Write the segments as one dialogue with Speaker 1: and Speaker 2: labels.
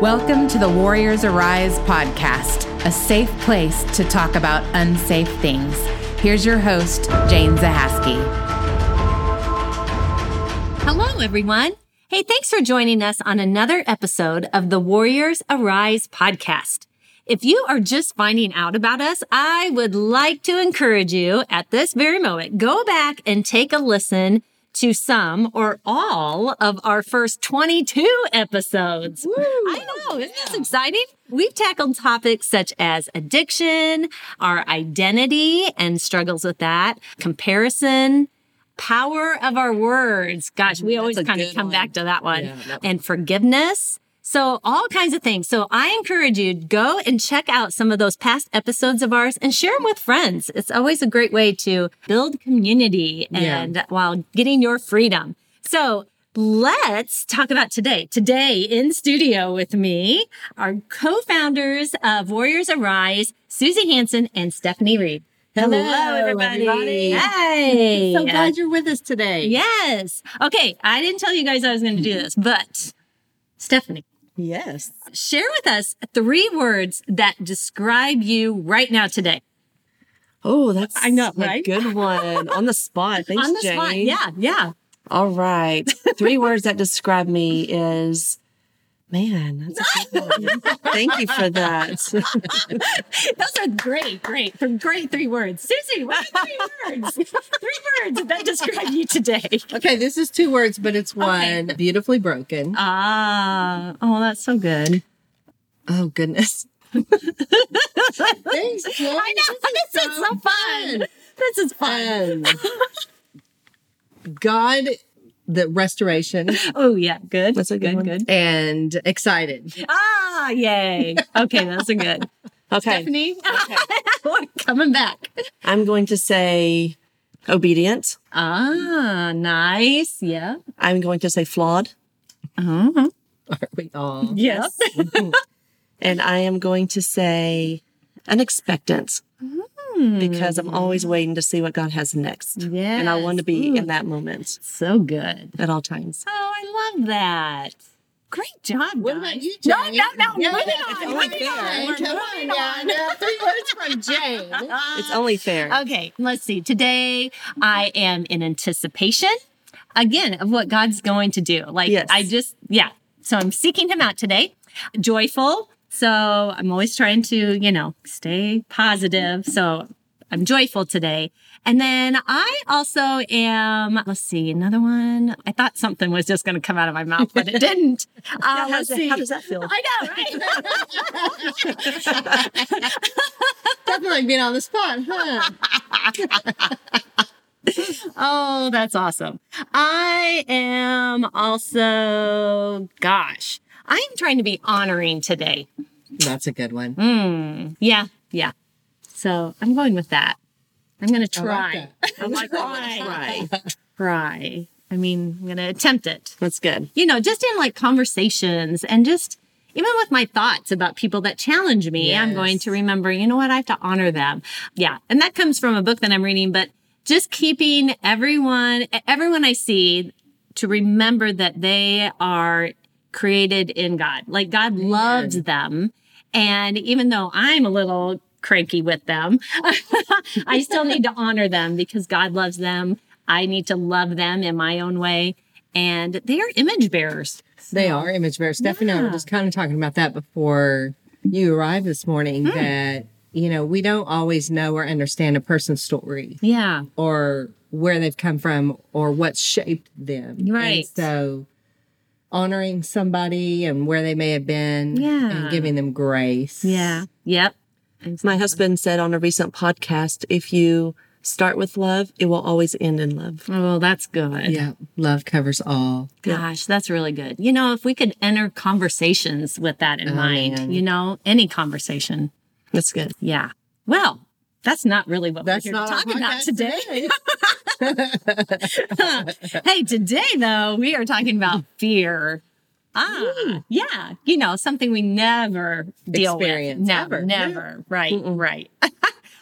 Speaker 1: Welcome to the Warriors Arise podcast, a safe place to talk about unsafe things. Here's your host, Jane Zahaski.
Speaker 2: Hello, everyone. Hey, thanks for joining us on another episode of the Warriors Arise podcast. If you are just finding out about us, I would like to encourage you at this very moment, go back and take a listen to some or all of our first 22 episodes. I know. Isn't this exciting? We've tackled topics such as addiction, our identity and struggles with that, comparison, power of our words. Gosh, we always
Speaker 3: Mm, a
Speaker 2: kind of
Speaker 3: good
Speaker 2: come
Speaker 3: one.
Speaker 2: back to that one.
Speaker 3: Yeah, that
Speaker 2: and forgiveness. So all kinds of things. So I encourage you to go and check out some of those past episodes of ours and share them with friends. It's always a great way to build community
Speaker 3: Yeah.
Speaker 2: and uh, while getting your freedom. So let's talk about today. Today in studio with me are co-founders of Warriors Arise, Susie Hansen and Stephanie Reed.
Speaker 3: Hello, everybody.
Speaker 2: Hi.
Speaker 3: So glad you're with us today.
Speaker 2: Yes. Okay. I didn't tell you guys I was going to do this, but Stephanie,
Speaker 3: Yes.
Speaker 2: share with us three words that describe you right now today.
Speaker 3: Oh, that's
Speaker 2: I know,
Speaker 3: a
Speaker 2: right?
Speaker 3: good one. On the spot. Thanks,
Speaker 2: On the
Speaker 3: Jane.
Speaker 2: spot. Yeah. Yeah.
Speaker 3: All right. Three words that describe me is man, that's a good one. Thank you for that.
Speaker 2: Those are great, great, from great three words. Susie, what are three words? Three words that describe you today.
Speaker 4: Okay, this is two words, but it's
Speaker 2: Okay.
Speaker 4: one. Beautifully broken.
Speaker 2: Ah. Oh, that's so good.
Speaker 4: oh goodness. Thanks, Jen.
Speaker 2: I know. This, is, so fun. This is fun.
Speaker 4: Um, God, the restoration
Speaker 2: Oh, yeah. Good.
Speaker 3: That's a good one.
Speaker 2: Good.
Speaker 4: and excited.
Speaker 2: Ah, yay. Okay. That's a good.
Speaker 3: Okay.
Speaker 4: Stephanie,
Speaker 2: We're coming back.
Speaker 3: I'm going to say obedient.
Speaker 2: Ah, nice. Yeah.
Speaker 3: I'm going to say flawed.
Speaker 2: Uh-huh.
Speaker 4: aren't we all?
Speaker 2: Yes.
Speaker 3: And I am going to say unexpectant
Speaker 2: Hmm.
Speaker 3: because I'm always waiting to see what God has next. And I want to be in that moment
Speaker 2: So good.
Speaker 3: at all times.
Speaker 2: Oh, I love that. Great job.
Speaker 4: What
Speaker 2: guys.
Speaker 4: about you, Jane?
Speaker 2: No, no, no.
Speaker 4: Yeah,
Speaker 2: moving
Speaker 4: it's
Speaker 2: on.
Speaker 4: only
Speaker 2: Moving on.
Speaker 4: fair.
Speaker 2: We're
Speaker 4: Come
Speaker 2: moving
Speaker 4: on now. Now, Three words from Jane.
Speaker 2: on.
Speaker 3: It's only fair.
Speaker 2: Okay, let's see. Today I am in anticipation again of what God's going to do. Like
Speaker 3: Yes.
Speaker 2: I just yeah. So I'm seeking him out today. Joyful. So I'm always trying to, you know, stay positive. So I'm joyful today. And then I also am, let's see, another one. I thought something was just going to come out of my mouth, but it didn't. Uh,
Speaker 3: how,
Speaker 2: let's
Speaker 3: does that,
Speaker 2: see.
Speaker 3: how does that feel?
Speaker 2: I know, right?
Speaker 4: Definitely like being on the spot, huh?
Speaker 2: Oh, that's awesome. I am also, gosh, I'm trying to be honoring today.
Speaker 4: That's a good one.
Speaker 2: Mm, yeah, yeah. So I'm going with that. I'm going to try.
Speaker 4: I like
Speaker 2: try. Try. I mean, I'm going to attempt it.
Speaker 3: That's good.
Speaker 2: You know, just in like conversations and just even with my thoughts about people that challenge me, I'm
Speaker 4: Yes.
Speaker 2: going to remember, you know what, I have to honor them. Yeah. And that comes from a book that I'm reading, but just keeping everyone, e-, everyone I see to remember that they are created in God. Like God loved them. And even though I'm a little cranky with them, I still need to honor them because God loves them. I need to love them in my own way. And they are image bearers.
Speaker 4: They are image bearers. Stephanie and I
Speaker 2: Yeah.
Speaker 4: were just kind of talking about that before you arrived this morning that, you know, we don't always know or understand a person's story
Speaker 2: Yeah.
Speaker 4: or where they've come from or what shaped them. And
Speaker 2: Right.
Speaker 4: so honoring somebody and where they may have been
Speaker 2: Yeah.
Speaker 4: and giving them grace.
Speaker 2: Yeah. Yep.
Speaker 3: My husband said on a recent podcast if you start with love, it will always end in love.
Speaker 2: Oh, that's good.
Speaker 4: Yeah. Love covers all.
Speaker 2: Gosh, that's really good. You know, if we could enter conversations with that in mind,
Speaker 4: Oh, man.
Speaker 2: you know, any conversation.
Speaker 3: That's good.
Speaker 2: Yeah. Well, that's not really what
Speaker 4: That's
Speaker 2: we're here to
Speaker 4: not
Speaker 2: talk
Speaker 4: talking
Speaker 2: about today. hey, today though, we are talking
Speaker 4: Hmm.
Speaker 2: about fear. Ah, yeah. You know, something we never deal
Speaker 4: Experience.
Speaker 2: with. Never,
Speaker 4: Ever.
Speaker 2: never. Right, right.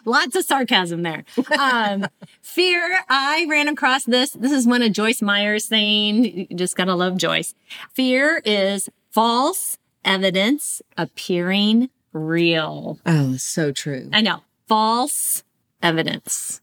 Speaker 2: Lots of sarcasm there. Um, fear. I ran across this. This is one of Joyce Meyer's saying. You just gotta love Joyce. Fear is false evidence appearing real.
Speaker 4: Oh, so true.
Speaker 2: I know. False evidence.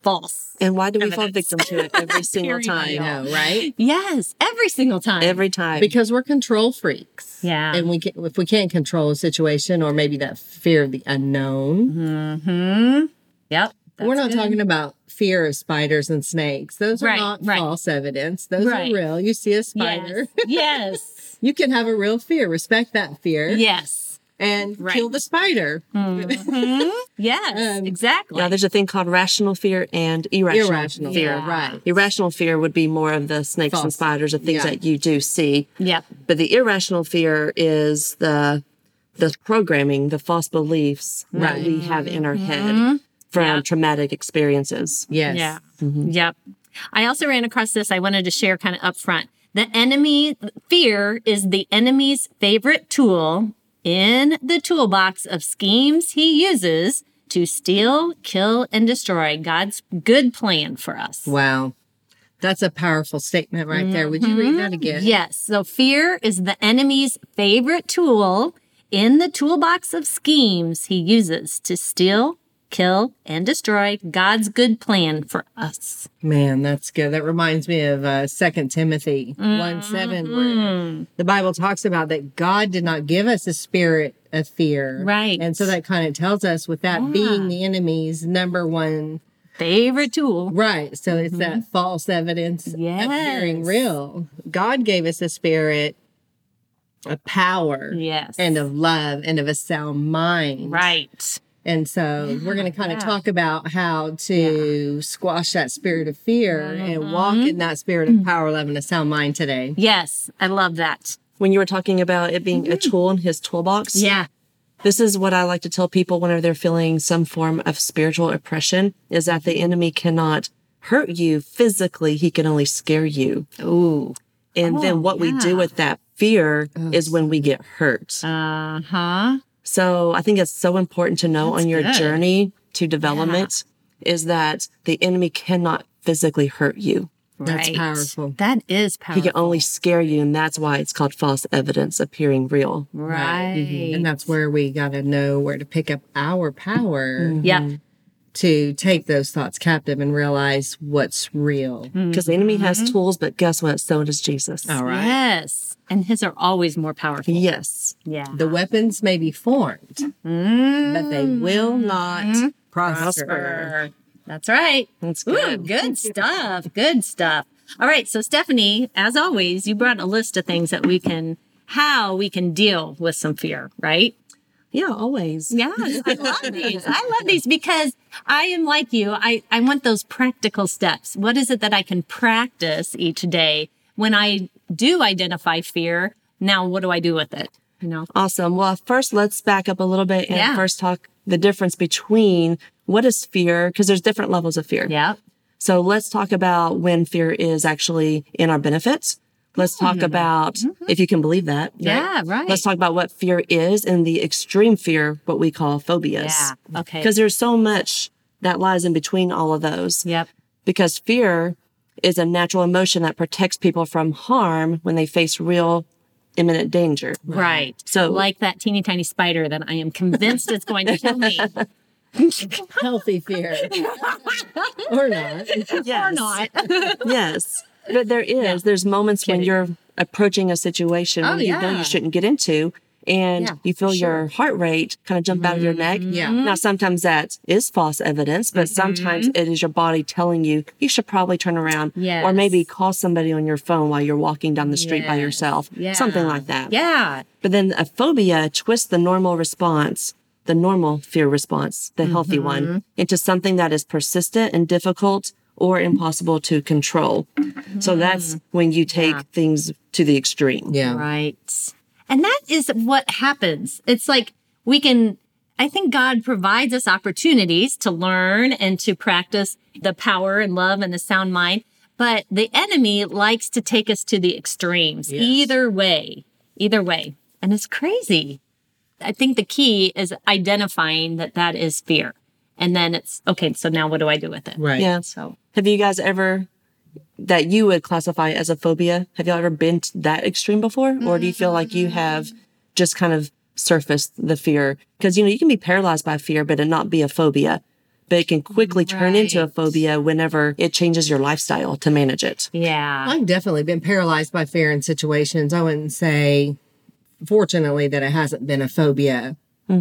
Speaker 2: False.
Speaker 3: And why do we fall
Speaker 2: Evidence.
Speaker 3: victim to it every single
Speaker 2: Period.
Speaker 3: time?
Speaker 4: I know, right?
Speaker 2: Yes, every single time.
Speaker 3: Every time.
Speaker 4: Because we're control freaks.
Speaker 2: Yeah.
Speaker 4: And we can, if we can't control a situation or maybe that fear of the unknown,
Speaker 2: hmm Yep. Mm-hmm.
Speaker 4: we're
Speaker 2: that's
Speaker 4: not
Speaker 2: good.
Speaker 4: talking about fear of spiders and snakes. Those are
Speaker 2: Right,
Speaker 4: not
Speaker 2: right.
Speaker 4: false evidence. Those
Speaker 2: Right.
Speaker 4: are real. You see a spider,
Speaker 2: Yes.
Speaker 4: you can have a real fear. Respect that fear
Speaker 2: Yes. yes.
Speaker 4: and
Speaker 2: Right.
Speaker 4: kill the spider.
Speaker 2: Mhm. Yes.
Speaker 4: Um,
Speaker 2: exactly.
Speaker 3: now, there's a thing called rational fear and irrational,
Speaker 4: Irrational
Speaker 3: fear.
Speaker 4: fear,
Speaker 2: Yeah.
Speaker 4: right?
Speaker 3: Irrational fear would be more of the snakes and
Speaker 4: False.
Speaker 3: spiders and things
Speaker 4: Yeah.
Speaker 3: that you do see.
Speaker 2: Yep.
Speaker 3: But the irrational fear is the the programming, the false beliefs that
Speaker 4: Right.
Speaker 3: we have in our
Speaker 4: Mm-hmm.
Speaker 3: head from
Speaker 2: Yeah.
Speaker 3: traumatic experiences.
Speaker 4: Yes.
Speaker 2: Yeah. Yep. I also ran across this. I wanted to share kind of upfront. The enemy fear is the enemy's favorite tool in the toolbox of schemes he uses to steal, kill, and destroy God's good plan for us.
Speaker 4: Wow. That's a powerful statement right there. Would you read
Speaker 2: Mm-hmm.
Speaker 4: that again?
Speaker 2: Yes. So fear is the enemy's favorite tool in the toolbox of schemes he uses to steal, kill, and destroy God's good plan for us.
Speaker 4: Man, that's good. That reminds me of uh, 2 Timothy 1 7,
Speaker 2: Mm-hmm.
Speaker 4: where the Bible talks about that God did not give us a spirit of fear.
Speaker 2: Right.
Speaker 4: And so that kind of tells us, with that being the enemy's number one.
Speaker 2: Favorite tool.
Speaker 4: Right. So it's that false evidence appearing
Speaker 2: Mm-hmm. Yes.
Speaker 4: real. God gave us a spirit, a power,
Speaker 2: Yes.
Speaker 4: and of love and of a sound mind.
Speaker 2: Right.
Speaker 4: And so we're going to kind of talk about how to squash that spirit of fear
Speaker 2: Mm-hmm.
Speaker 4: and walk in that spirit of power, love, and a sound mind today.
Speaker 2: Yes, I love that.
Speaker 3: When you were talking about it being a tool in his toolbox,
Speaker 2: Mm-hmm. Yeah.
Speaker 3: this is what I like to tell people whenever they're feeling some form of spiritual oppression is that
Speaker 2: Mm-hmm.
Speaker 3: the enemy cannot hurt you physically, he can only scare you.
Speaker 2: Ooh. Oh,
Speaker 3: And then what we do with that fear is when we get hurt.
Speaker 2: Uh huh.
Speaker 3: So I think it's so important to know on your journey to development is that the enemy cannot physically hurt you.
Speaker 4: That's powerful.
Speaker 2: That is
Speaker 3: He
Speaker 2: powerful.
Speaker 3: can only scare you. And that's why it's called false evidence appearing real.
Speaker 2: Right.
Speaker 4: Mm-hmm. And that's where we got to know where to pick up our power
Speaker 2: Yeah.
Speaker 4: to take those thoughts captive and realize what's real.
Speaker 3: Because the enemy
Speaker 2: Mm-hmm.
Speaker 3: has tools, but guess what? So does Jesus.
Speaker 4: All right.
Speaker 2: Yes. And his are always more powerful.
Speaker 3: Yes.
Speaker 2: Yeah.
Speaker 4: The weapons may be formed, but they will not Mm. prosper.
Speaker 2: Prosper. That's right.
Speaker 3: That's
Speaker 2: Ooh,
Speaker 3: good.
Speaker 2: good stuff. Good stuff. All right. So, Stephanie, as always, you brought a list of things that we can, how we can deal with some fear, right?
Speaker 3: Yeah, always.
Speaker 2: Yeah, I love these. I love these because I am like you. I, I want those practical steps. What is it that I can practice each day when I do identify fear? Now, what do I do with it? You know,
Speaker 3: Awesome. Well, first, let's back up a little bit and
Speaker 2: Yeah.
Speaker 3: first talk the difference between what is fear, because there's different levels of fear.
Speaker 2: yeah,
Speaker 3: So let's talk about when fear is actually in our benefits. Let's talk about if you can believe that. right?
Speaker 2: Mm-hmm. Yeah, right.
Speaker 3: Let's talk about what fear is and the extreme fear, what we call phobias.
Speaker 2: yeah, okay,
Speaker 3: Because there's so much that lies in between all of those.
Speaker 2: yep,
Speaker 3: Because fear is a natural emotion that protects people from harm when they face real imminent danger.
Speaker 2: right.
Speaker 3: So-
Speaker 2: like that teeny tiny spider that I am convinced is going to kill me
Speaker 4: Healthy fear. or not.
Speaker 2: or not.
Speaker 3: yes. But there is, there's moments when you're approaching a situation
Speaker 2: Oh,
Speaker 3: where you know
Speaker 2: yeah.
Speaker 3: you shouldn't get into and
Speaker 2: Yeah, Mm-hmm.
Speaker 3: you feel your heart rate kind of jump out of your neck.
Speaker 4: Yeah.
Speaker 3: Now, sometimes that is false evidence, but sometimes it is your body telling you you should probably turn around or
Speaker 2: Yes.
Speaker 3: maybe call somebody on your phone while you're walking down the street by
Speaker 2: Yes.
Speaker 3: yourself,
Speaker 2: Yeah.
Speaker 3: something like that.
Speaker 2: yeah,
Speaker 3: But then a phobia twists the normal response, the normal fear response, the healthy one, into something that is persistent and difficult or impossible to control. So that's when you take things to the extreme.
Speaker 4: Yeah.
Speaker 2: Right. And that is what happens. It's like we can, I think God provides us opportunities to learn and to practice the power and love and the sound mind. But the enemy likes to take us to the extremes,
Speaker 4: Yes.
Speaker 2: either way, either way. And it's crazy. I think the key is identifying that that is fear. And then it's okay, so now what do I do with it?
Speaker 4: Right.
Speaker 3: Yeah.
Speaker 2: So,
Speaker 3: Have you guys ever, that you would classify as a phobia, have y'all ever been to that extreme before? Or do you feel like you have just kind of surfaced the fear. Cause you know, you can be paralyzed by fear, but it not be a phobia, but it can quickly turn into a phobia whenever it changes your lifestyle to manage it.
Speaker 2: Yeah.
Speaker 4: I've definitely been paralyzed by fear in situations. I wouldn't say, fortunately, that it hasn't been a phobia.
Speaker 2: I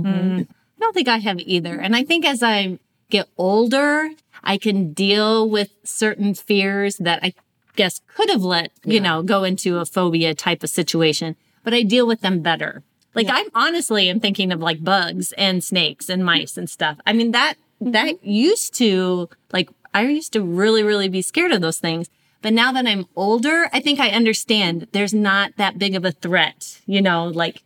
Speaker 2: don't think I have either. And I think as I get older, I can deal with certain fears that I guess could have let, you know, go into a phobia type of situation, but I deal with them better. Like I'm honestly am thinking of like bugs and snakes and mice and stuff. I mean that that used to like I used to really really be scared of those things. But now that I'm older, I think I understand that there's not that big of a threat, you know, like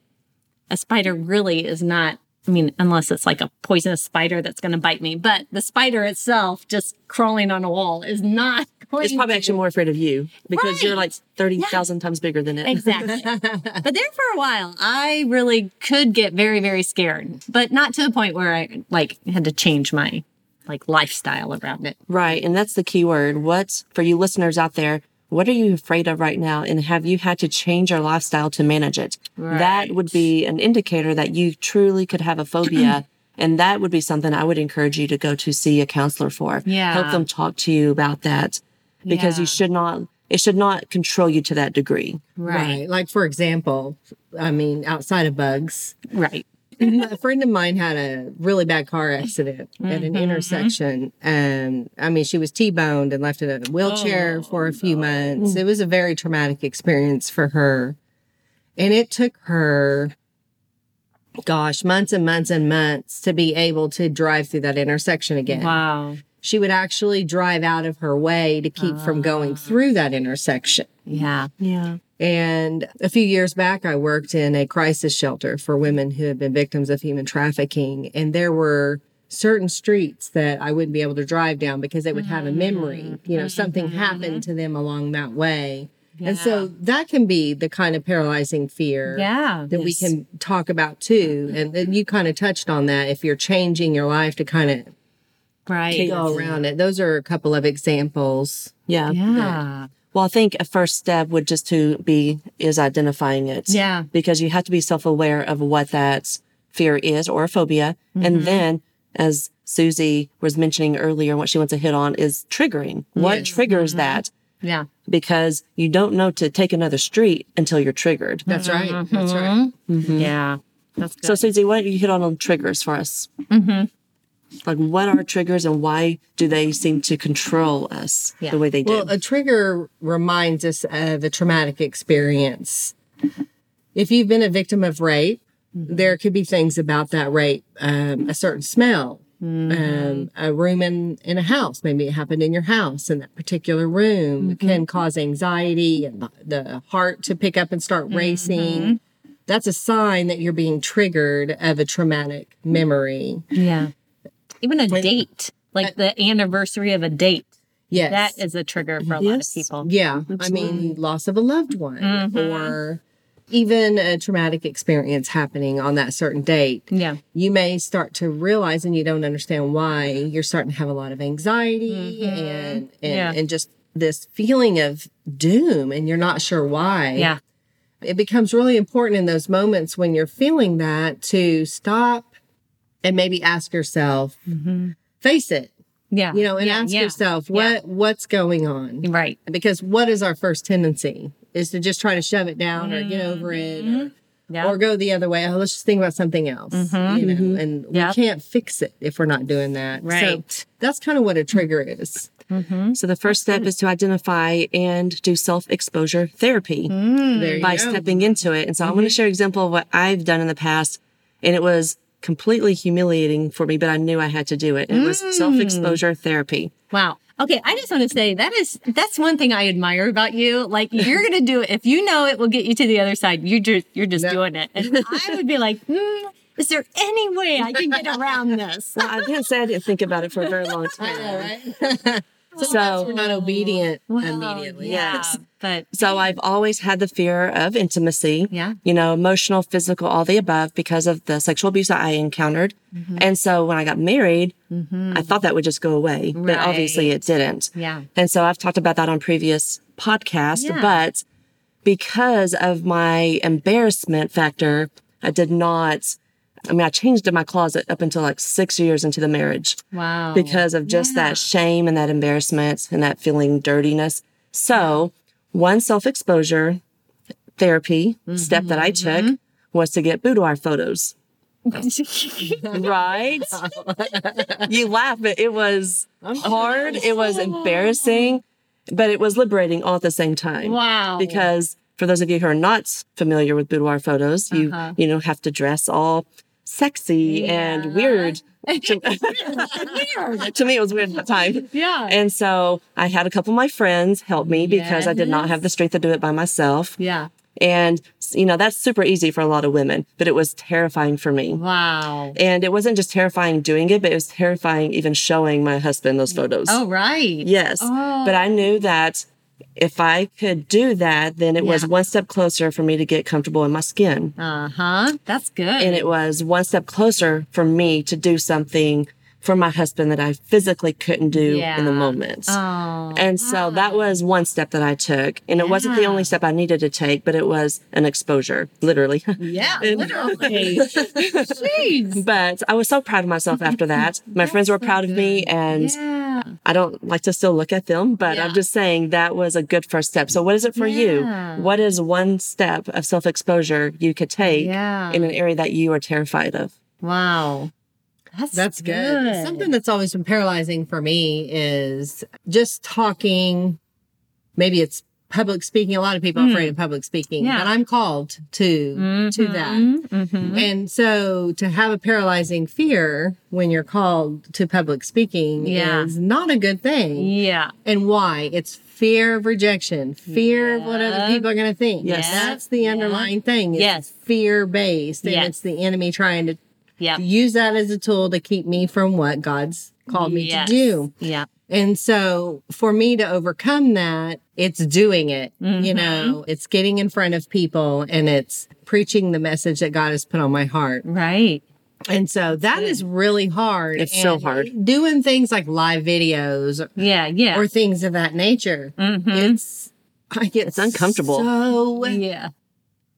Speaker 2: a spider really is not I mean, unless it's like a poisonous spider that's going to bite me, but the spider itself just crawling on a wall is not going
Speaker 3: It's probably actually more afraid of you because you're
Speaker 2: Right.
Speaker 3: like 30,000 times bigger than it.
Speaker 2: Exactly. but there for a while, I really could get very, very scared, but not to the point where I like had to change my like lifestyle around it.
Speaker 3: Right. And that's the key word. What for you listeners out there, what are you afraid of right now? And have you had to change your lifestyle to manage it? That would be an indicator that you truly could have a phobia. and that would be something I would encourage you to go to see a counselor for.
Speaker 2: Yeah.
Speaker 3: Help them talk to you about that because you
Speaker 2: Yeah.
Speaker 3: should not, it should not control you to that degree.
Speaker 4: Right. Like, for example, I mean, outside of bugs,
Speaker 2: Right.
Speaker 4: a friend of mine had a really bad car accident at an intersection. And I mean, she was T boned and left in a wheelchair for a few months. It was a very traumatic experience for her. And it took her, gosh, months and months and months to be able to drive through that intersection again.
Speaker 2: Wow.
Speaker 4: She would actually drive out of her way to keep from going through that intersection.
Speaker 2: Yeah.
Speaker 3: Yeah.
Speaker 4: And a few years back, I worked in a crisis shelter for women who had been victims of human trafficking. And there were certain streets that I wouldn't be able to drive down because they would have a memory. You know, something happened to them along that way. And so that can be the kind of paralyzing fear
Speaker 2: Yeah.
Speaker 4: that we can talk about too. And, and you kind of touched on that. If you're changing your life to kind of
Speaker 2: Right.
Speaker 4: go around it, those are a couple of examples.
Speaker 3: Yeah.
Speaker 2: Yeah.
Speaker 3: Well, I think a first step would just to be is identifying it.
Speaker 2: Yeah.
Speaker 3: Because you have to be self-aware of what that fear is or phobia.
Speaker 2: Mm-hmm.
Speaker 3: And then as Susie was mentioning earlier, what she wants to hit on is triggering. What triggers that?
Speaker 2: Mm-hmm. Yeah.
Speaker 3: Because you don't know to take another street until you're triggered.
Speaker 4: That's right. That's right.
Speaker 2: Yeah. That's good.
Speaker 3: So Susie, why don't you hit on, on triggers for us? Mm-hmm. Like what are triggers and why do they seem to control us the way they do?
Speaker 4: Well, a trigger reminds us of a traumatic experience. If you've been a victim of rape, there could be things about that rape, um, a certain smell, um, a room in, in a house. Maybe it happened in your house, and that particular room can cause anxiety and the, the heart to pick up and start racing. That's a sign that you're being triggered of a traumatic memory.
Speaker 2: yeah. Even a date, like the anniversary of a date.
Speaker 4: Yes.
Speaker 2: That is a trigger for a lot of
Speaker 3: Yes.
Speaker 2: people.
Speaker 4: Yeah. I mean, loss of a loved one
Speaker 2: Mm-hmm.
Speaker 4: or even a traumatic experience happening on that certain date.
Speaker 2: Yeah.
Speaker 4: You may start to realize and you don't understand why you're starting to have a lot of anxiety and and,
Speaker 2: Mm-hmm. Yeah.
Speaker 4: and just this feeling of doom and you're not sure why.
Speaker 2: Yeah.
Speaker 4: It becomes really important in those moments when you're feeling that to stop and maybe ask yourself, face it,
Speaker 2: Yeah.
Speaker 4: you know, and
Speaker 2: Mm-hmm. Yeah.
Speaker 4: ask
Speaker 2: Yeah.
Speaker 4: yourself
Speaker 2: Yeah.
Speaker 4: what what's going on
Speaker 2: Right.
Speaker 4: because what is our first tendency is to just try to shove it down or get over it or,
Speaker 2: Mm-hmm. Yeah. Mm-hmm.
Speaker 4: or go the other way oh let's just think about something else you know and
Speaker 2: Yep.
Speaker 4: we can't fix it if we're not doing that
Speaker 2: Right.
Speaker 4: so that's kind of what a trigger is
Speaker 3: So the first step is to identify and do self-exposure therapy
Speaker 4: there you
Speaker 3: by
Speaker 4: go.
Speaker 3: stepping into it. And so I'm going to share an example of what I've done in the past. And it was completely humiliating for me, but I knew I had to do it. It was self-exposure therapy.
Speaker 2: Wow. Okay, I just want to say that is that's one thing I admire about you. Like you're gonna do it if you know it will get you to the other side. You just you're just doing it. And I would be like, hmm, is there any way I can get around this?
Speaker 3: Well, I didn't say I didn't think about it for a very long time.
Speaker 4: Sometimes we're not obedient immediately
Speaker 2: yeah,
Speaker 3: yes.
Speaker 2: but
Speaker 3: So I've always had the fear of intimacy.
Speaker 2: Yeah.
Speaker 3: You know, emotional, physical, all the above because of the sexual abuse that I encountered. And so when I got married, I thought that would just go away, but obviously it didn't.
Speaker 2: Yeah.
Speaker 3: And so I've talked about that on previous podcasts,
Speaker 2: Yeah.
Speaker 3: but because of my embarrassment factor, I did not. I mean, I changed in my closet up until like six years into the marriage
Speaker 2: Wow.
Speaker 3: because of just that shame and that embarrassment and that feeling dirtiness. So, one self exposure therapy
Speaker 2: Mm-hmm,
Speaker 3: step that I took was to get boudoir photos. right? you laugh, but it was hard. It was embarrassing, but it was liberating all at the same time.
Speaker 2: Wow.
Speaker 3: Because for those of you who are not familiar with boudoir photos, you
Speaker 2: Uh-huh.
Speaker 3: you know have to dress all sexy and weird. to, to me, it was weird at the time.
Speaker 2: Yeah.
Speaker 3: And so I had a couple of my friends help me because I did not have the strength to do it by myself.
Speaker 2: yeah.
Speaker 3: And, you know, that's super easy for a lot of women, but it was terrifying for me.
Speaker 2: Wow.
Speaker 3: And it wasn't just terrifying doing it, but it was terrifying even showing my husband those photos.
Speaker 2: Oh, right.
Speaker 3: Yes. But I knew that if I could do that, then it was one step closer for me to get comfortable in my skin.
Speaker 2: Uh huh. That's good.
Speaker 3: And it was one step closer for me to do something for my husband that I physically couldn't do in the
Speaker 2: Yeah.
Speaker 3: moment.
Speaker 2: oh.
Speaker 3: And so that was one step that I took. And it wasn't the only step I needed to take, but it was an exposure, literally.
Speaker 2: Yeah. Literally. Jeez.
Speaker 3: but I was so proud of myself after that. My friends were proud of me and
Speaker 2: Yeah.
Speaker 3: I don't like to still look at them, but
Speaker 2: Yeah.
Speaker 3: I'm just saying that was a good first step. So what is it for
Speaker 2: Yeah.
Speaker 3: you? What is one step of self-exposure you could take
Speaker 2: Yeah.
Speaker 3: in an area that you are terrified of?
Speaker 2: Wow. That's
Speaker 4: That's good. Something that's always been paralyzing for me is just talking. Maybe it's public speaking. A lot of people are afraid of public speaking,
Speaker 2: Hmm. Yeah. Mm-hmm.
Speaker 4: but I'm called to to that.
Speaker 2: Mhm.
Speaker 4: And so to have a paralyzing fear when you're called to public speaking
Speaker 2: Yeah.
Speaker 4: is not a good thing.
Speaker 2: Yeah.
Speaker 4: And why? It's fear of rejection, fear of what other people are going to think.
Speaker 3: Yes.
Speaker 4: That's the underlying thing. It's
Speaker 2: Yes.
Speaker 4: Fear based. And
Speaker 2: Yes.
Speaker 4: it's the enemy trying to
Speaker 2: Yeah.
Speaker 4: use that as a tool to keep me from what God's called me
Speaker 2: Yes.
Speaker 4: to do.
Speaker 2: Yeah.
Speaker 4: And so for me to overcome that, it's doing it.
Speaker 2: Mm-hmm.
Speaker 4: You know, it's getting in front of people and it's preaching the message that God has put on my heart.
Speaker 2: Right.
Speaker 4: And so that is really hard.
Speaker 3: It's so
Speaker 4: And
Speaker 3: hard.
Speaker 4: Doing things like live videos
Speaker 2: Yeah. Yeah. Mm-hmm.
Speaker 4: or things of that nature. It's I get
Speaker 3: It's uncomfortable.
Speaker 4: So
Speaker 2: yeah.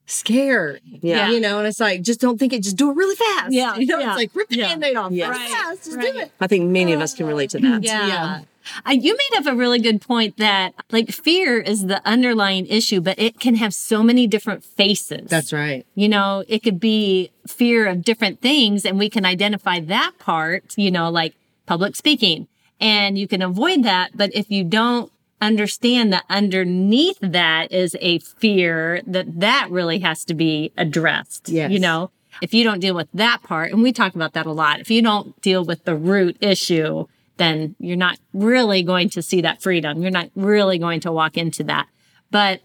Speaker 4: scared.
Speaker 3: Yeah.
Speaker 4: You know, and it's like, just don't think it, just do it really fast.
Speaker 2: Yeah,
Speaker 4: You know,
Speaker 2: yeah,
Speaker 4: it's like rip the
Speaker 2: yeah.
Speaker 4: band-aid off.
Speaker 3: Yes.
Speaker 4: Right. Fast, just do it.
Speaker 3: I think many of us can relate to that.
Speaker 2: Yeah.
Speaker 4: Yeah.
Speaker 2: Uh, you made up a really good point that like fear is the underlying issue, but it can have so many different faces.
Speaker 4: That's right.
Speaker 2: You know, it could be fear of different things, and we can identify that part, you know, like public speaking, and you can avoid that. But if you don't understand that underneath that is a fear that that really has to be addressed,
Speaker 4: Yes.
Speaker 2: you know, if you don't deal with that part, and we talk about that a lot, if you don't deal with the root issue, then you're not really going to see that freedom. You're not really going to walk into that. But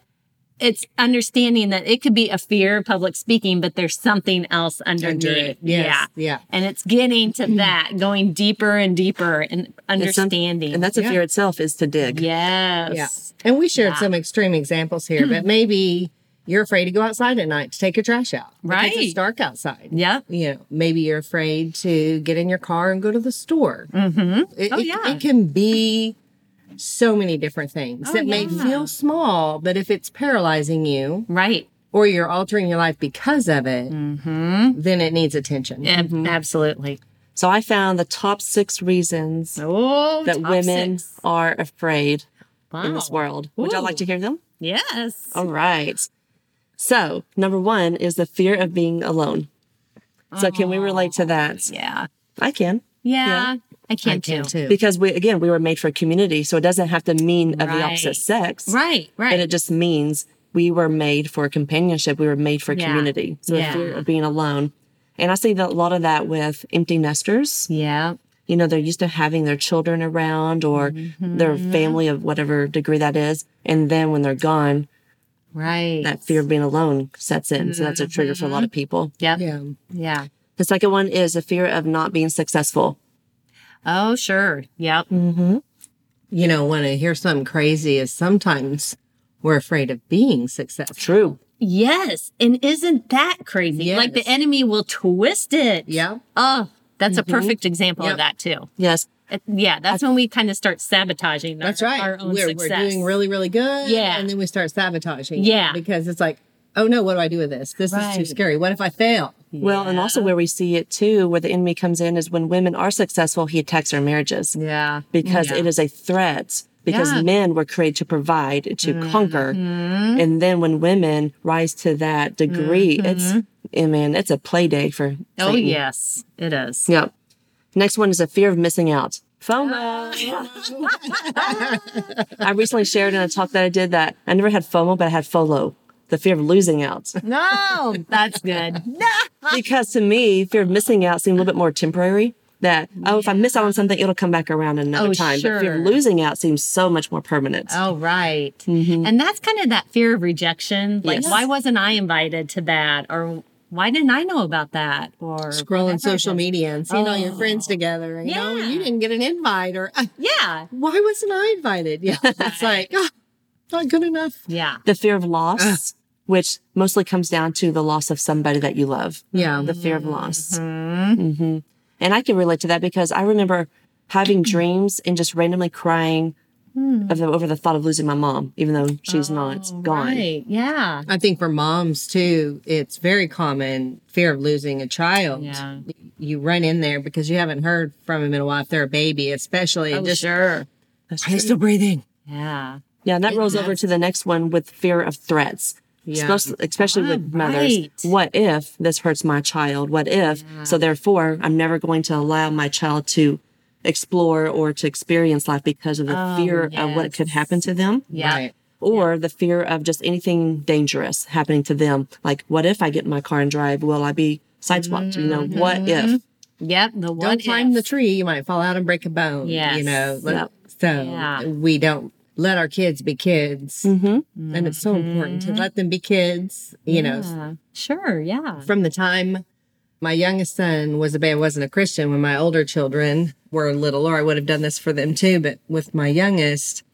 Speaker 2: it's understanding that it could be a fear of public speaking, but there's something else underneath.
Speaker 4: Under it. Yes.
Speaker 2: Yeah.
Speaker 4: Yeah.
Speaker 2: And it's getting to that, going deeper and deeper and
Speaker 3: It's some-
Speaker 2: understanding.
Speaker 3: and that's a
Speaker 4: Yeah.
Speaker 3: fear itself is to dig.
Speaker 4: Yeah.
Speaker 2: yes.
Speaker 4: And we shared some extreme examples here,
Speaker 2: Hmm.
Speaker 4: but maybe you're afraid to go outside at night to take your trash out. because
Speaker 2: Right.
Speaker 4: It's dark outside.
Speaker 2: Yep.
Speaker 4: You know, maybe you're afraid to get in your car and go to the store. Mm-hmm. It,
Speaker 2: Oh,
Speaker 4: it-
Speaker 2: yeah.
Speaker 4: it can be so many different things
Speaker 2: Oh,
Speaker 4: that may
Speaker 2: yeah.
Speaker 4: feel small, but if it's paralyzing you
Speaker 2: Right.
Speaker 4: or you're altering your life because of it,
Speaker 2: Mm-hmm.
Speaker 4: then it needs attention.
Speaker 2: Ab- Absolutely.
Speaker 3: So I found the top six reasons
Speaker 2: Oh,
Speaker 3: that
Speaker 2: top
Speaker 3: women
Speaker 2: six.
Speaker 3: are afraid in this
Speaker 2: Wow.
Speaker 3: world. Would y'all like
Speaker 2: Ooh.
Speaker 3: to hear them?
Speaker 2: Yes.
Speaker 3: All right. So number one is the fear of being alone. So can we relate to that?
Speaker 2: Oh, Yeah.
Speaker 3: I can.
Speaker 2: Yeah. I can
Speaker 4: I
Speaker 2: too.
Speaker 4: can too.
Speaker 3: Because we again we were made for community, so it doesn't have to mean of the
Speaker 2: Right.
Speaker 3: opposite sex.
Speaker 2: Right.
Speaker 3: But
Speaker 2: Right.
Speaker 3: it just means we were made for companionship. We were made for
Speaker 2: Yeah.
Speaker 3: community. So
Speaker 2: Yeah.
Speaker 3: the fear of being alone. And I see that a lot of that with empty nesters.
Speaker 2: yeah.
Speaker 3: You know, they're used to having their children around or their family of whatever degree that is. And then when they're gone,
Speaker 2: Right.
Speaker 3: that fear of being alone sets in. So that's a trigger for a lot of people.
Speaker 2: Yep.
Speaker 4: Yeah.
Speaker 2: Yeah.
Speaker 3: The second one is the fear of not being successful.
Speaker 2: Oh, sure. Yep.
Speaker 4: You know, when I hear something crazy is sometimes we're afraid of being successful.
Speaker 3: True.
Speaker 2: Yes. And isn't that crazy? Like the
Speaker 4: Yes.
Speaker 2: enemy will twist it.
Speaker 4: Yeah. Mm-hmm.
Speaker 2: Oh, that's a perfect example of that too.
Speaker 3: Yes.
Speaker 2: It- yeah. That's when we kind of start sabotaging
Speaker 4: That's
Speaker 2: our,
Speaker 4: right.
Speaker 2: our own
Speaker 4: we're,
Speaker 2: success.
Speaker 4: we're doing really, really good.
Speaker 2: Yeah.
Speaker 4: And then we start sabotaging. it
Speaker 2: Yeah.
Speaker 4: Because it's like, oh no, what do I do with this? This is too
Speaker 2: Right.
Speaker 4: scary. What if I fail?
Speaker 3: Well, and also where we see it too, where the enemy comes in is when women are successful, he attacks their marriages
Speaker 4: Yeah.
Speaker 3: because it is a threat. Because
Speaker 2: Yeah.
Speaker 3: men were created to provide, to conquer, and then when women rise to that degree, it's I mean, it's a play day for.
Speaker 2: Oh,
Speaker 3: Satan.
Speaker 2: yes, it is.
Speaker 3: Yep. Next one is a fear of missing out. FOMO. I recently shared in a talk that I did that I never had FOMO, but I had FOLO, the fear of losing out.
Speaker 2: No, that's good.
Speaker 3: because to me, fear of missing out seemed a little bit more temporary. That oh, if I miss out on something, it'll come back around another
Speaker 2: Oh,
Speaker 3: time. But fear
Speaker 2: sure.
Speaker 3: of losing out seems so much more permanent.
Speaker 2: Oh, right.
Speaker 4: Mm-hmm.
Speaker 2: And that's kind of that fear of rejection. Like,
Speaker 3: Yes.
Speaker 2: why wasn't I invited to that? Or why didn't I know about that? Or
Speaker 4: Scrolling social media and seeing all your friends together. You know,
Speaker 2: Yeah.
Speaker 4: you didn't get an invite or "Ah,
Speaker 2: yeah,
Speaker 4: why wasn't I invited? Yeah. It's like, "Ah, not good enough.
Speaker 2: yeah,
Speaker 3: The fear of loss, which mostly comes down to the loss of somebody that you love.
Speaker 4: Yeah.
Speaker 3: The fear of loss. Mm-hmm. And I can relate to that because I remember having dreams and just randomly crying of the, over the thought of losing my mom, even though she's not gone.
Speaker 2: right, yeah,
Speaker 4: I think for moms too, it's very common fear of losing a child.
Speaker 2: yeah.
Speaker 4: You run in there because you haven't heard from them in a while if they're a baby, especially. and just,
Speaker 2: Oh, sure.
Speaker 3: That's
Speaker 4: Are they
Speaker 3: true.
Speaker 4: still breathing?
Speaker 2: Yeah.
Speaker 3: Yeah, and that rolls over to the next one with fear of threats.
Speaker 4: Yeah.
Speaker 3: Especially, especially with
Speaker 2: Ah,
Speaker 3: mothers.
Speaker 2: right.
Speaker 3: What if this hurts my child? What if? So therefore, I'm never going to allow my child to explore or to experience life because of the fear of what could happen to
Speaker 2: Oh,
Speaker 3: them.
Speaker 2: Yeah.
Speaker 4: Right.
Speaker 3: Or the fear of just anything dangerous happening to them. Like, what if I get in my car and drive? Will I be sideswiped? You know, what
Speaker 2: Mm-hmm.
Speaker 3: if?
Speaker 2: Yep. The one
Speaker 4: Don't climb the
Speaker 2: if.
Speaker 4: tree, you might fall out and break a bone. You
Speaker 2: Yes.
Speaker 4: know, like-
Speaker 3: Yep.
Speaker 4: so
Speaker 2: Yeah.
Speaker 4: we don't let our kids be kids.
Speaker 2: Mm-hmm.
Speaker 3: hmm
Speaker 4: And it's so important to let them be kids, you know,
Speaker 2: Yeah. Sure. Yeah.
Speaker 4: from the time my youngest son was a baby, I wasn't a Christian when my older children were little, or I would have done this for them too. But with my youngest,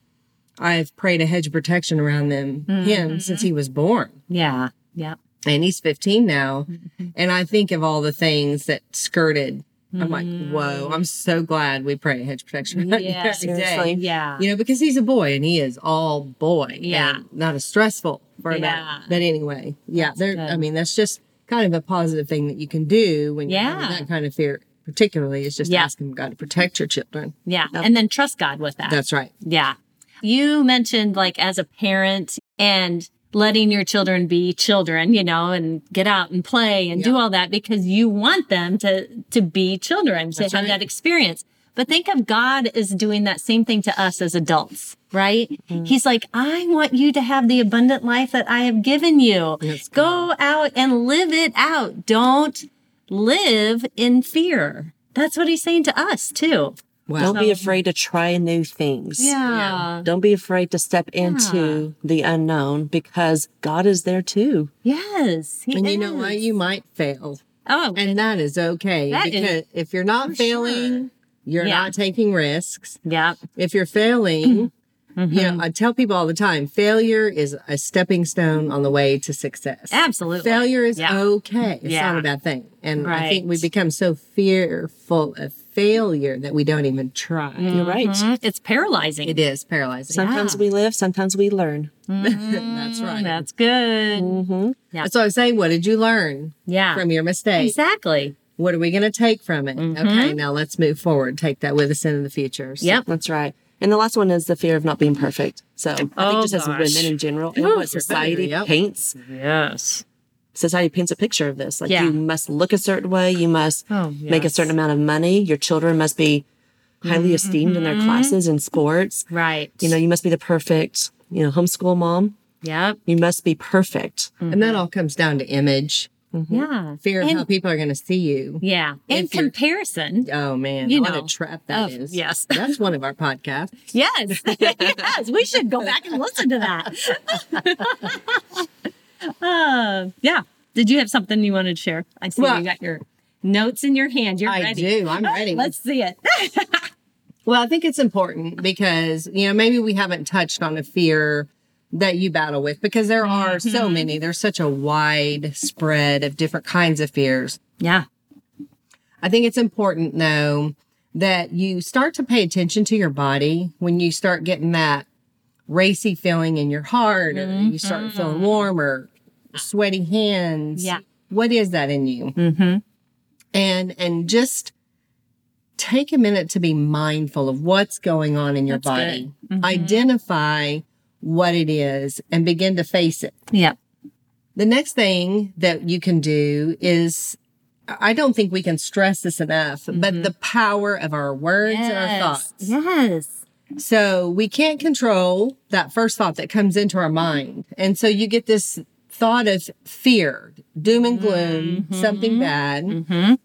Speaker 4: I've prayed a hedge of protection around them, him since
Speaker 2: Mm-hmm.
Speaker 4: he was born.
Speaker 2: Yeah. Yep.
Speaker 4: And he's 15 now.
Speaker 2: Mm-hmm.
Speaker 4: And I think of all the things that skirted. I'm like, whoa, I'm so glad we pray a hedge of protection. around him
Speaker 2: Mm-hmm. Yeah,
Speaker 4: every day.
Speaker 3: seriously.
Speaker 2: Yeah.
Speaker 4: You know, because he's a boy and he is all boy.
Speaker 2: Yeah.
Speaker 4: and Not as stressful for that.
Speaker 2: Yeah.
Speaker 4: But anyway, yeah, there I mean, that's just kind of a positive thing that you can do when you
Speaker 2: Yeah.
Speaker 4: have that kind of fear, particularly is just
Speaker 2: Yeah.
Speaker 4: asking God to protect your children.
Speaker 2: Yeah. And then trust God with that.
Speaker 4: That's right.
Speaker 2: Yeah. You mentioned like as a parent and letting your children be children, you know, and get out and play and do all that because you want them to to be children, to have that experience. But think of God as doing that same thing to us as adults, right?
Speaker 4: Mm-hmm.
Speaker 2: He's like, I want you to have the abundant life that I have given you. Go out and live it out. Don't live in fear. That's what he's saying to us too.
Speaker 3: Don't be afraid to try new things.
Speaker 2: Yeah.
Speaker 3: Don't be afraid to step into the unknown because God is there too.
Speaker 2: Yes. he
Speaker 4: And you know
Speaker 2: is.
Speaker 4: what? You might fail.
Speaker 2: Oh,
Speaker 4: And that is okay.
Speaker 2: That is-
Speaker 4: because if you're not failing, you're
Speaker 2: Yeah.
Speaker 4: not taking risks.
Speaker 2: yeah.
Speaker 4: If you're failing,
Speaker 2: Mm-hmm.
Speaker 4: you know, I tell people all the time, failure is a stepping stone on the way to success.
Speaker 2: Absolutely.
Speaker 4: failure is
Speaker 2: Yeah.
Speaker 4: okay. It's
Speaker 2: Yeah.
Speaker 4: not a bad thing. And I think
Speaker 2: Right.
Speaker 4: we become so fearful of failure that we don't even try.
Speaker 3: You're right.
Speaker 2: Mhm. It's paralyzing.
Speaker 4: It is paralyzing.
Speaker 3: Sometimes we live, sometimes we learn.
Speaker 4: That's right.
Speaker 2: Oh, That's good.
Speaker 4: Mm-hmm. That's why I say, what did you learn
Speaker 2: Yeah.
Speaker 4: from your mistake?
Speaker 2: exactly.
Speaker 4: What are we going to take from it?
Speaker 2: Mm-hmm.
Speaker 4: Okay, now let's move forward. Take that with us into the future. So-
Speaker 2: Yep.
Speaker 3: That's right. And the last one is the fear of not being perfect. So I think
Speaker 2: Oh,
Speaker 3: just as
Speaker 2: gosh.
Speaker 3: women in general, and what society
Speaker 4: yep.
Speaker 3: paints,
Speaker 2: Yes.
Speaker 3: society paints a picture of this. Like
Speaker 2: Yeah.
Speaker 3: you must look a certain way, you must
Speaker 2: Oh,
Speaker 3: make a certain amount of money, your children must be highly
Speaker 2: Mm-hmm.
Speaker 3: esteemed in their classes and sports.
Speaker 2: Right.
Speaker 3: You know, you must be the perfect, you know, homeschool mom.
Speaker 2: Yep.
Speaker 3: You must be perfect.
Speaker 2: Mm-hmm.
Speaker 4: And that all comes down to image,
Speaker 2: Yeah.
Speaker 4: fear of
Speaker 2: And-
Speaker 4: how people are going to see you.
Speaker 2: Yeah. In
Speaker 4: Mm-hmm. If you're-
Speaker 2: comparison.
Speaker 4: Oh man,
Speaker 2: You
Speaker 4: what
Speaker 2: know.
Speaker 4: a trap that
Speaker 2: Oh,
Speaker 4: is.
Speaker 2: yes.
Speaker 4: That's one of our podcasts.
Speaker 2: Yes. yes. We should go back and listen to that. uh, yeah. Did you have something you wanted to share? I see
Speaker 4: Well-
Speaker 2: you got your notes in your hand. You're
Speaker 4: I
Speaker 2: ready.
Speaker 4: do. I'm ready.
Speaker 2: Let's see it.
Speaker 4: Well, I think it's important because, you know, maybe we haven't touched on a fear that you battle with because there are so
Speaker 2: Mm-hmm.
Speaker 4: many. There's such a wide spread of different kinds of fears.
Speaker 2: yeah.
Speaker 4: I think it's important though that you start to pay attention to your body when you start getting that racy feeling in your heart or you start feeling warm or sweaty hands.
Speaker 2: Yeah.
Speaker 4: what is that in you? Mm-hmm. And and just take a minute to be mindful of what's going on in your body. Identify what it is and begin to face it.
Speaker 2: Yep.
Speaker 4: The next thing that you can do is I don't think we can stress this enough, but the power of our words and our
Speaker 2: Yes. Mm-hmm.
Speaker 4: thoughts.
Speaker 2: Yes.
Speaker 4: So we can't control that first thought that comes into our mind. And so you get this thought of fear, doom and gloom, something bad.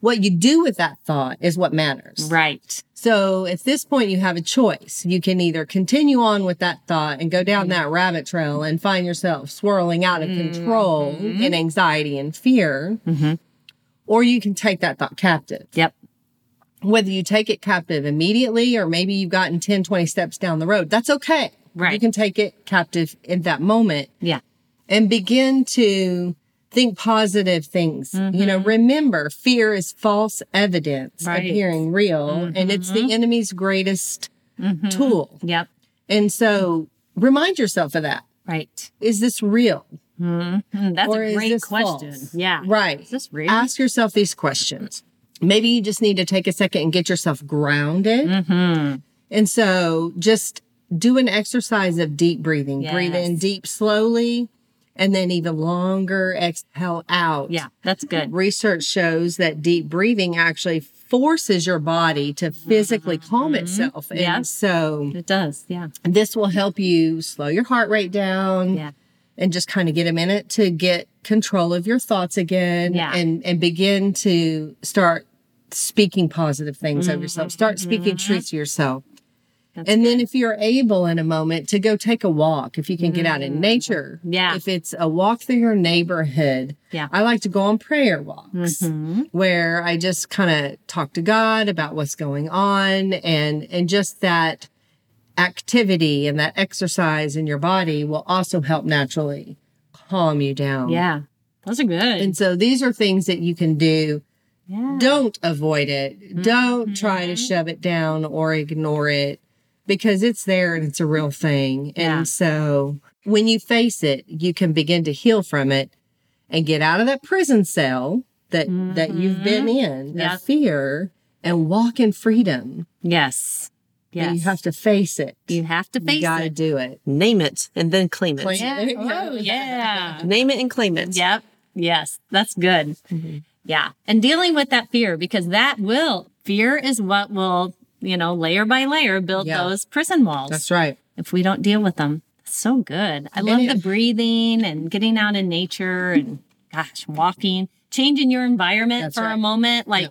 Speaker 4: What you do with that thought is what matters.
Speaker 2: Right.
Speaker 4: So at this point, you have a choice. You can either continue on with that thought and go down that rabbit trail and find yourself swirling out of control in anxiety and fear, or you can take that thought captive
Speaker 2: Yep.
Speaker 4: whether you take it captive immediately or maybe you've gotten 10, 20 steps down the road, that's okay.
Speaker 2: Right.
Speaker 4: You can take it captive in that moment
Speaker 2: Yeah.
Speaker 4: and begin to think positive things. You know, remember fear is false evidence
Speaker 2: Mm-hmm. Right. Mm-hmm.
Speaker 4: appearing real and it's the enemy's greatest tool.
Speaker 2: Yep.
Speaker 4: And so remind yourself of that.
Speaker 2: Right.
Speaker 4: Is this real?
Speaker 2: Mm, that's
Speaker 4: Or
Speaker 2: a
Speaker 4: is
Speaker 2: great
Speaker 4: this
Speaker 2: question.
Speaker 4: false?
Speaker 2: Yeah.
Speaker 4: Right.
Speaker 2: Is this real?
Speaker 4: Ask yourself these questions. Maybe you just need to take a second and get yourself grounded.
Speaker 2: Mm-hmm.
Speaker 4: And so just do an exercise of deep breathing. Breathe in
Speaker 2: Yes.
Speaker 4: deep slowly and then even longer exhale out.
Speaker 2: yeah. That's good.
Speaker 4: Research shows that deep breathing actually forces your body to physically calm itself. And
Speaker 2: Yeah.
Speaker 4: so
Speaker 2: It does. Yeah.
Speaker 4: this will help you slow your heart rate down
Speaker 2: Yeah.
Speaker 4: and just kind of get a minute to get control of your thoughts again
Speaker 2: Yeah.
Speaker 4: and and begin to start speaking positive things over yourself start speaking
Speaker 2: Mm-hmm.
Speaker 4: truth to yourself and then if you're able in a moment to go take a walk if you can get out in nature
Speaker 2: Mm-hmm. Yeah.
Speaker 4: if it's a walk through your neighborhood
Speaker 2: Yeah. Mm-hmm.
Speaker 4: i like to go on prayer walks where i just kind of talk to god about what's going on and and just that activity and that exercise in your body will also help naturally calm you down.
Speaker 2: Yeah. Those are good.
Speaker 4: And so these are things that you can do.
Speaker 2: yeah. Mm-hmm.
Speaker 4: Don't avoid it. Don't try to shove it down or ignore it because it's there and it's a real thing. And
Speaker 2: Yeah.
Speaker 4: so when you face it, you can begin to heal from it and get out of that prison cell that that you've been in,
Speaker 2: Mm-hmm. Yeah.
Speaker 4: that fear and walk in freedom.
Speaker 2: Yes.
Speaker 4: But
Speaker 2: Yes.
Speaker 4: You have to face it.
Speaker 2: You have to face
Speaker 4: you got to
Speaker 2: it.
Speaker 4: do it.
Speaker 3: Name it and then claim it.
Speaker 4: Claim-
Speaker 2: Yeah.
Speaker 4: There you go.
Speaker 2: Oh, yeah.
Speaker 3: Name it and claim it.
Speaker 2: Yep. Yes. That's good.
Speaker 4: Mm-hmm.
Speaker 2: Yeah. And dealing with that fear because that will, fear is what will, you know, layer by layer build
Speaker 4: Yeah.
Speaker 2: those prison walls
Speaker 4: That's right.
Speaker 2: if we don't deal with them. So good. I love
Speaker 4: it-
Speaker 2: the breathing and getting out in nature and gosh, walking, changing your environment
Speaker 4: That's
Speaker 2: for a
Speaker 4: right.
Speaker 2: moment. Like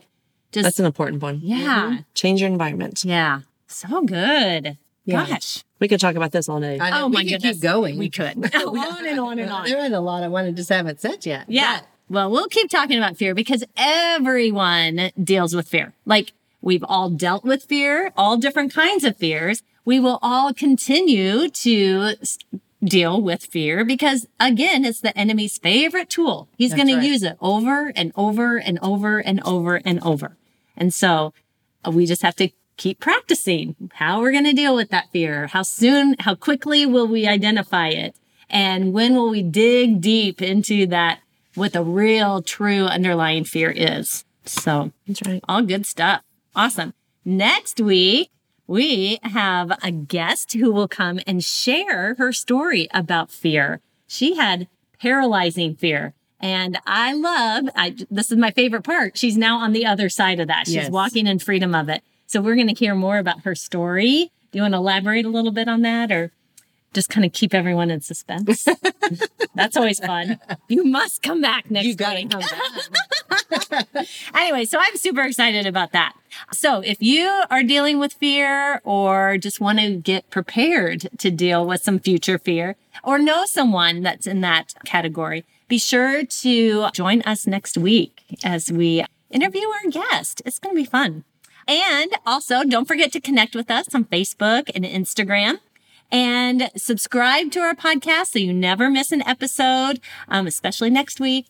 Speaker 2: just,
Speaker 3: That's an important one. Mm-hmm.
Speaker 2: yeah.
Speaker 3: Change your environment.
Speaker 2: Yeah. So good.
Speaker 4: Yeah.
Speaker 2: Gosh.
Speaker 3: We could talk about this all day.
Speaker 4: I know,
Speaker 2: Oh
Speaker 4: we
Speaker 2: my
Speaker 4: could
Speaker 2: goodness.
Speaker 4: Keep going.
Speaker 2: We could. on and on and on.
Speaker 4: There ain't a lot I want to just haven't said yet.
Speaker 2: Yeah. Well, we'll keep talking about fear because everyone deals with fear. Like we've all dealt with fear, all different kinds of fears. We will all continue to s- deal with fear because again, it's the enemy's favorite tool. He's going to
Speaker 4: right.
Speaker 2: use it over and over and over and over and over. And so uh, we just have to keep practicing how we're going to deal with that fear. How soon, how quickly will we identify it? And when will we dig deep into that, what the real true underlying fear is? So
Speaker 3: That's right.
Speaker 2: all good stuff. Awesome. Next week, we have a guest who will come and share her story about fear. She had paralyzing fear. And I love, I, this is my favorite part. She's now on the other side of that. She's
Speaker 4: Yes.
Speaker 2: walking in freedom of it. So we're going to hear more about her story. Do you want to elaborate a little bit on that or just kind of keep everyone in suspense? That's always fun. You must come back next
Speaker 4: You got to
Speaker 2: week.
Speaker 4: come back.
Speaker 2: Anyway, so I'm super excited about that. So if you are dealing with fear or just want to get prepared to deal with some future fear or know someone that's in that category, be sure to join us next week as we interview our guest. It's going to be fun. And also don't forget to connect with us on Facebook and Instagram and subscribe to our podcast so you never miss an episode, um, especially next week.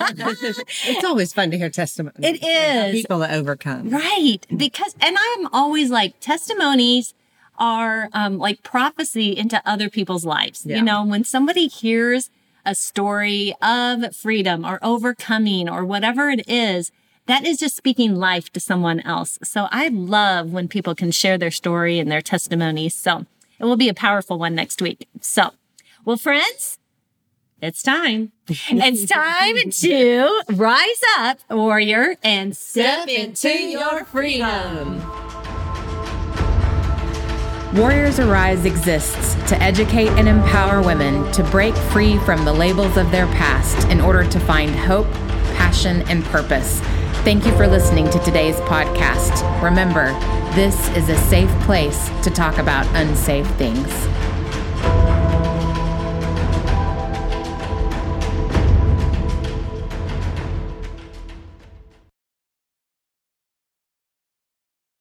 Speaker 4: it's always fun to hear testimony.
Speaker 2: It is.
Speaker 4: People that overcome.
Speaker 2: Right. Because, and I'm always like, testimonies are um, like prophecy into other people's lives.
Speaker 4: Yeah.
Speaker 2: You know, when somebody hears a story of freedom or overcoming or whatever it is, that is just speaking life to someone else. So I love when people can share their story and their testimony. So it will be a powerful one next week. So, well, friends, it's time. it's time to rise up, warrior, and step into your freedom.
Speaker 1: Warriors Arise exists to educate and empower women to break free from the labels of their past in order to find hope, passion, and purpose. Thank you for listening to today's podcast. Remember, this is a safe place to talk about unsafe things.